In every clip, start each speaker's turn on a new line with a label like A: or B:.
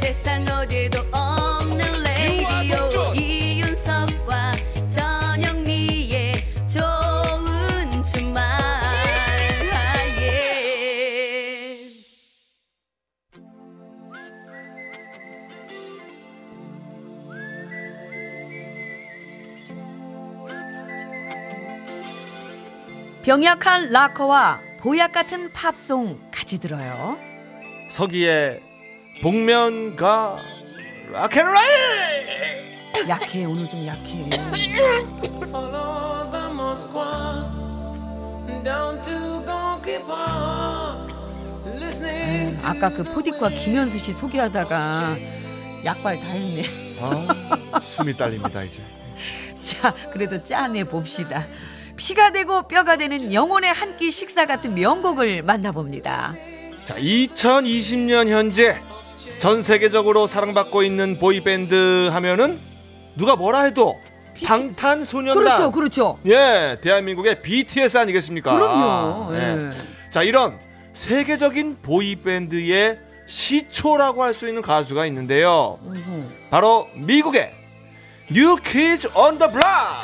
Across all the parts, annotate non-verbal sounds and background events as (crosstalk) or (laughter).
A: 세상 어디도 없는 레이디오
B: 동전.
A: 이윤석과 전영미의 좋은 주말 예. 병약한 락커와 보약 같은 팝송 같이 들어요.
C: 서기의 복면가 락앤롤
A: 약해 오늘 좀 약해.
D: Follow the Moscow down to Gonky Park. Listening to
A: 아까 그
D: the
A: 포디과
D: wind.
A: 김현수 씨 소개하다가 약발 다 했네. (laughs)
C: 아, 숨이 딸립니다 이제
A: 자, 그래도 짜내 봅시다. 피가 되고 뼈가 되는 영혼의 한 끼 식사 같은 명곡을 만나봅니다.
C: 자 2020년 현재 전 세계적으로 사랑받고 있는 보이밴드 하면은 누가 뭐라 해도 방탄소년단
A: 그렇죠, 그렇죠.
C: 예, 대한민국의 BTS 아니겠습니까?
A: 그럼요.
C: 아,
A: 예.
C: 자, 이런 세계적인 보이밴드의 시초라고 할 수 있는 가수가 있는데요. 바로 미국의 뉴 퀴즈 언더 블락.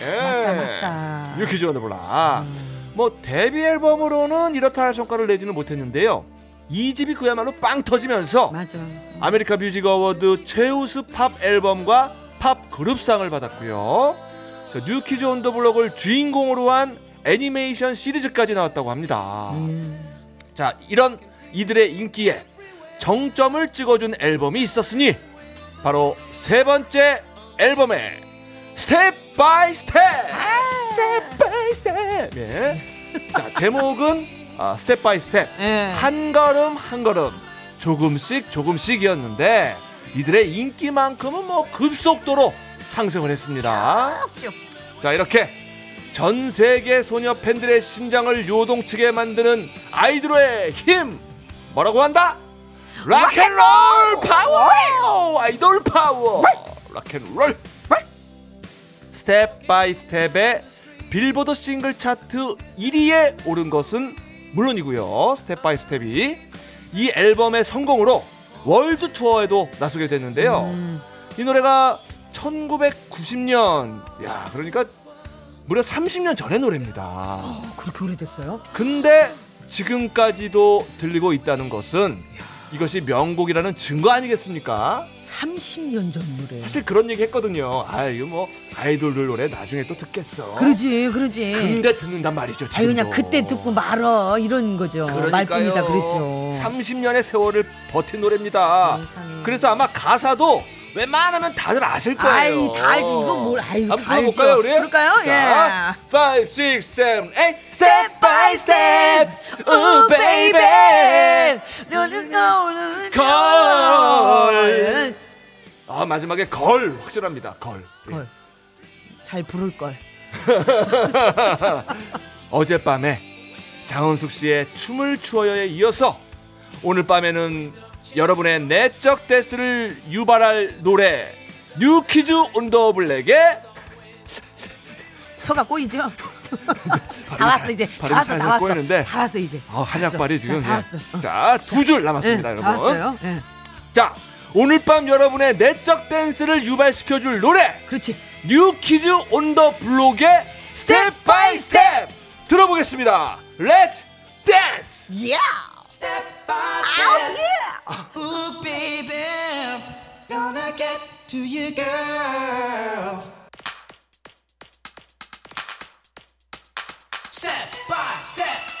C: 예.
A: 맞다, 맞다.
C: 뉴 퀴즈 언더 블락. 뭐 데뷔 앨범으로는 이렇다 할 성과를 내지는 못했는데요. 이 집이 그야말로 빵 터지면서
A: 맞아.
C: 아메리카 뮤직 어워드 최우수 팝 앨범과 팝 그룹상을 받았고요. 자, 뉴키즈 온 더 블럭을 주인공으로 한 애니메이션 시리즈까지 나왔다고 합니다. 자, 이런 이들의 인기에 정점을 찍어준 앨범이 있었으니 바로 세 번째 앨범의 스텝 바이 스텝. 스텝 바이 스텝. 예. 자, 제목은 아, 스텝 바이 스텝.
A: 예.
C: 한 걸음 한 걸음 조금씩 조금씩이었는데 이들의 인기만큼은 뭐 급속도로 상승을 했습니다. 자 이렇게 전 세계 소녀 팬들의 심장을 요동치게 만드는 아이돌의 힘 뭐라고 한다? 락앤롤 파워 아이돌 파워 락앤롤 스텝 바이 스텝의 빌보드 싱글 차트 1위에 오른 것은 물론이고요. 스텝 바이 스텝이 이 앨범의 성공으로 월드 투어에도 나서게 됐는데요. 이 노래가 1990년 야 그러니까 무려 30년 전의 노래입니다.
A: 어, 그렇게 오래됐어요?
C: 근데 지금까지도 들리고 있다는 것은 이것이 명곡이라는 증거 아니겠습니까?
A: 30년 전 노래.
C: 사실 그런 얘기 했거든요. 아 이거 뭐 아이돌들 노래 나중에 또 듣겠어.
A: 그러지, 그러지.
C: 근데 듣는단 말이죠.
A: 아니
C: 지금도.
A: 그냥 그때 듣고 말어 이런 거죠. 말뿐이다 그랬죠.
C: 30년의 세월을 버틴 노래입니다.
A: 세상에.
C: 그래서 아마 가사도 웬만하면 다들 아실 거예요.
A: 아이, 다 알지. 이건 뭘, 아이,
C: 한번
A: 다 알죠.
C: 불러볼까요, 우리?
A: 그럴까요? 예.
C: 자, 5, 6, 7, 8 Step by step Ooh, baby
A: 눈은 오는
C: 걸. 아, 마지막에 걸 확실합니다. 걸. 예.
A: 걸. 잘 부를 걸.
C: 어젯밤에 장원숙 씨의 춤을 추어요에 이어서 오늘 밤에는 여러분의 내적 데스를 유발할 노래 뉴키즈 온 더 블랙의
A: 혀가 꼬이죠? (laughs) 다 왔어 이제 다
C: 발음이
A: 왔어 다
C: 살짝
A: 왔어
C: 꼬이는데.
A: 다 왔어 이제
C: 아, 한약발이 지금 예.
A: 다 왔어
C: 자두 줄 남았습니다,
A: 예,
C: 여러분.
A: 다 왔어요 예.
C: 자 오늘 밤 여러분의 내적 댄스를 유발시켜줄 노래
A: 그렇지
C: 뉴키즈 온 더 블록의 스텝 바이 스텝 들어보겠습니다. Let's dance.
A: 야
E: Step by step. Ooh, baby, gonna get to you, girl. Step by step.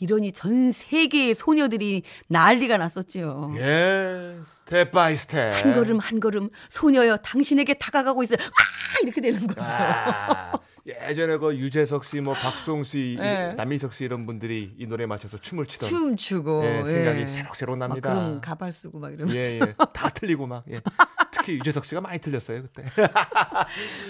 A: 이러니 전 세계의 소녀들이 난리가 났었죠
C: 예, 스텝 바이 스텝.
A: 한 걸음 한 걸음 소녀여 당신에게 다가가고 있어요 아 이렇게 되는 거죠
C: 아, 예전에 그 유재석 씨, 뭐 박송 씨,
A: 예.
C: 이- 남인석 씨 이런 분들이 이 노래 맞춰서 춤을 추던
A: 춤추고
C: 예, 생각이
A: 예.
C: 새록새록
A: 막
C: 납니다.
A: 그런 가발 쓰고 막 이러면서
C: 예, 예. 다 틀리고 막. 예. 특히 유재석 씨가 많이 틀렸어요 그때.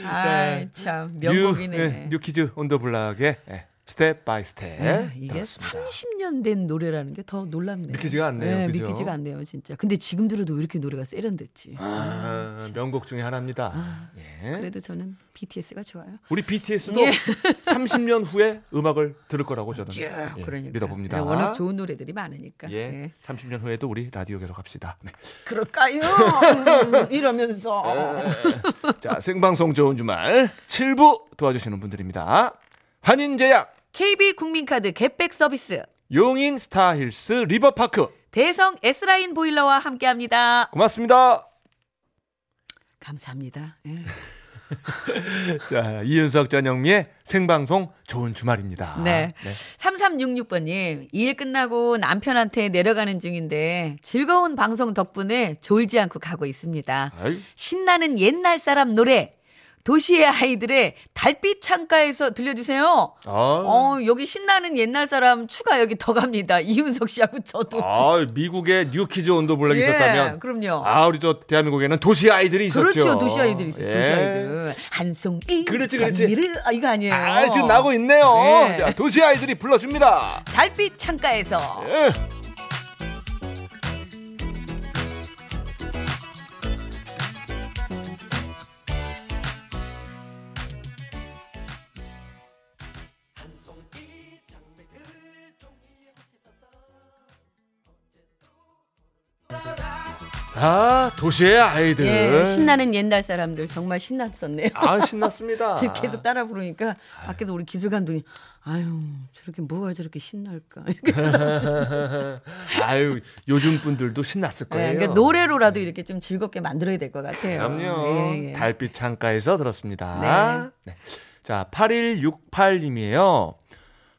A: 아이 참 명곡이네.
C: 네. 뉴, 예? 키즈 온더 블락의 예, 스텝 바이 스텝.
A: 아, 이게
C: 들었습니다.
A: 30년 된 노래라는 게 더 놀랍네요.
C: 믿기지가 않네요,
A: 예,
C: 그죠?
A: 믿기지가 않네요, 진짜. 근데 지금 들어도 왜 이렇게 노래가 세련됐지?
C: 아, 명곡 중에 하나입니다. 예.
A: 아, 그래도 예. 저는 BTS가 좋아요.
C: 우리 BTS도 30년 후에 음악을 들을 거라고 저는 예,
A: 그러니까
C: 믿어봅니다.
A: 예, 워낙 좋은 노래들이 많으니까. 네.
C: 예, 30년 후에도 우리 라디오 계속 합시다. 네.
A: 그럴까요? (laughs) 이러면서
C: 자, 생방송 좋은 주말 7부 도와주시는 분들입니다. 한인제약,
A: KB 국민카드 겟백 서비스
C: 용인 스타힐스 리버파크
A: 대성 S라인 보일러와 함께합니다.
C: 고맙습니다.
A: 감사합니다. 예.
C: 자, 이윤석 전영미의 생방송 좋은 주말입니다.
A: 네. 3366번님, 일 끝나고 남편한테 내려가는 중인데 즐거운 방송 덕분에 졸지 않고 가고 있습니다.
C: 아유,
A: 신나는 옛날 사람 노래, 도시의 아이들의 달빛 창가에서 들려주세요.
C: 아,
A: 어, 여기 신나는 옛날 사람 추가 여기 더 갑니다. (laughs) 이윤석 씨하고 저도.
C: 아, 미국에 뉴키즈 온더블랙이
A: 예,
C: 있었다면
A: 그럼요.
C: 아, 우리 저 대한민국에는 도시 아이들이 있었죠.
A: 그렇죠. 도시 아이들이 있어요. 도시
C: 예.
A: 아이들. 한송이.
C: 그렇지, 그렇지.
A: 장미를- 아, 이거 아니에요.
C: 아, 지금 나고 있네요.
A: 네.
C: 자, 도시 아이들이 불러줍니다.
A: 달빛 창가에서.
C: 예. 아, 도시의 아이들.
A: 예, 신나는 옛날 사람들 정말 신났었네요.
C: 아, 신났습니다.
A: 지금 (laughs) 계속 따라 부르니까 밖에서 우리 기술 감독이 아유 저렇게 뭐가 저렇게 신날까. (laughs) 이렇게
C: 아, 아유, 요즘 분들도 신났을 거예요.
A: 그러니까 노래로라도 이렇게 좀 즐겁게 만들어야 될 것 같아요.
C: 그럼요.
A: 예, 예.
C: 달빛 창가에서 들었습니다. 네. 자, 8168님이에요.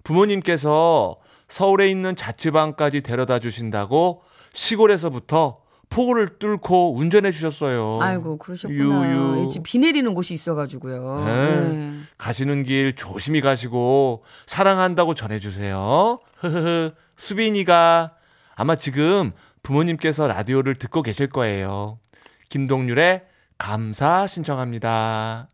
C: 부모님께서 서울에 있는 자취방까지 데려다 주신다고 시골에서부터 폭우를 뚫고 운전해 주셨어요.
A: 아이고 그러셨구나.
C: 유유.
A: 지금 비 내리는 곳이 있어가지고요.
C: 네.
A: 예.
C: 가시는 길 조심히 가시고 사랑한다고 전해주세요. 흐흐흐. (laughs) 수빈이가 아마 지금 부모님께서 라디오를 듣고 계실 거예요. 김동률의 감사 신청합니다.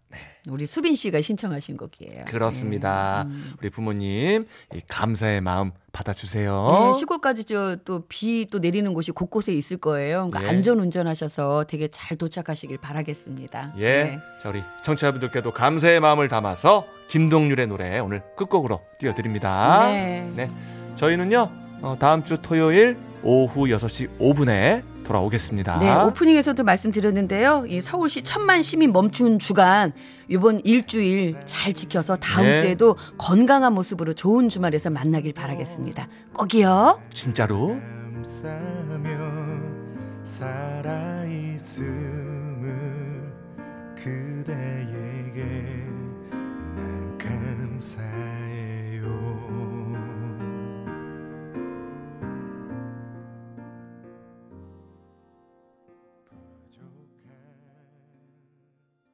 A: 우리 수빈 씨가 신청하신 곡이에요.
C: 그렇습니다.
A: 음.
C: 우리 부모님 이 감사의 마음 받아주세요.
A: 네, 시골까지 저 또 비 또 내리는 곳이 곳곳에 있을 거예요. 그러니까
C: 예.
A: 안전 운전하셔서 되게 잘 도착하시길 바라겠습니다.
C: 예,
A: 네.
C: 자 우리 청취자분들께도 감사의 마음을 담아서 김동률의 노래 오늘 끝곡으로 띄워드립니다.
A: 네.
C: 저희는요 어, 다음 주 토요일 오후 6시 5분에 돌아오겠습니다.
A: 네, 오프닝에서도 말씀드렸는데요. 이 서울시 천만 시민 멈춘 주간 이번 일주일 잘 지켜서 다음
C: 네.
A: 주에도 건강한 모습으로 좋은 주말에서 만나길 바라겠습니다. 꼭이요.
C: 진짜로.
E: 감싸며 살아있음을 그대에게 난 감사해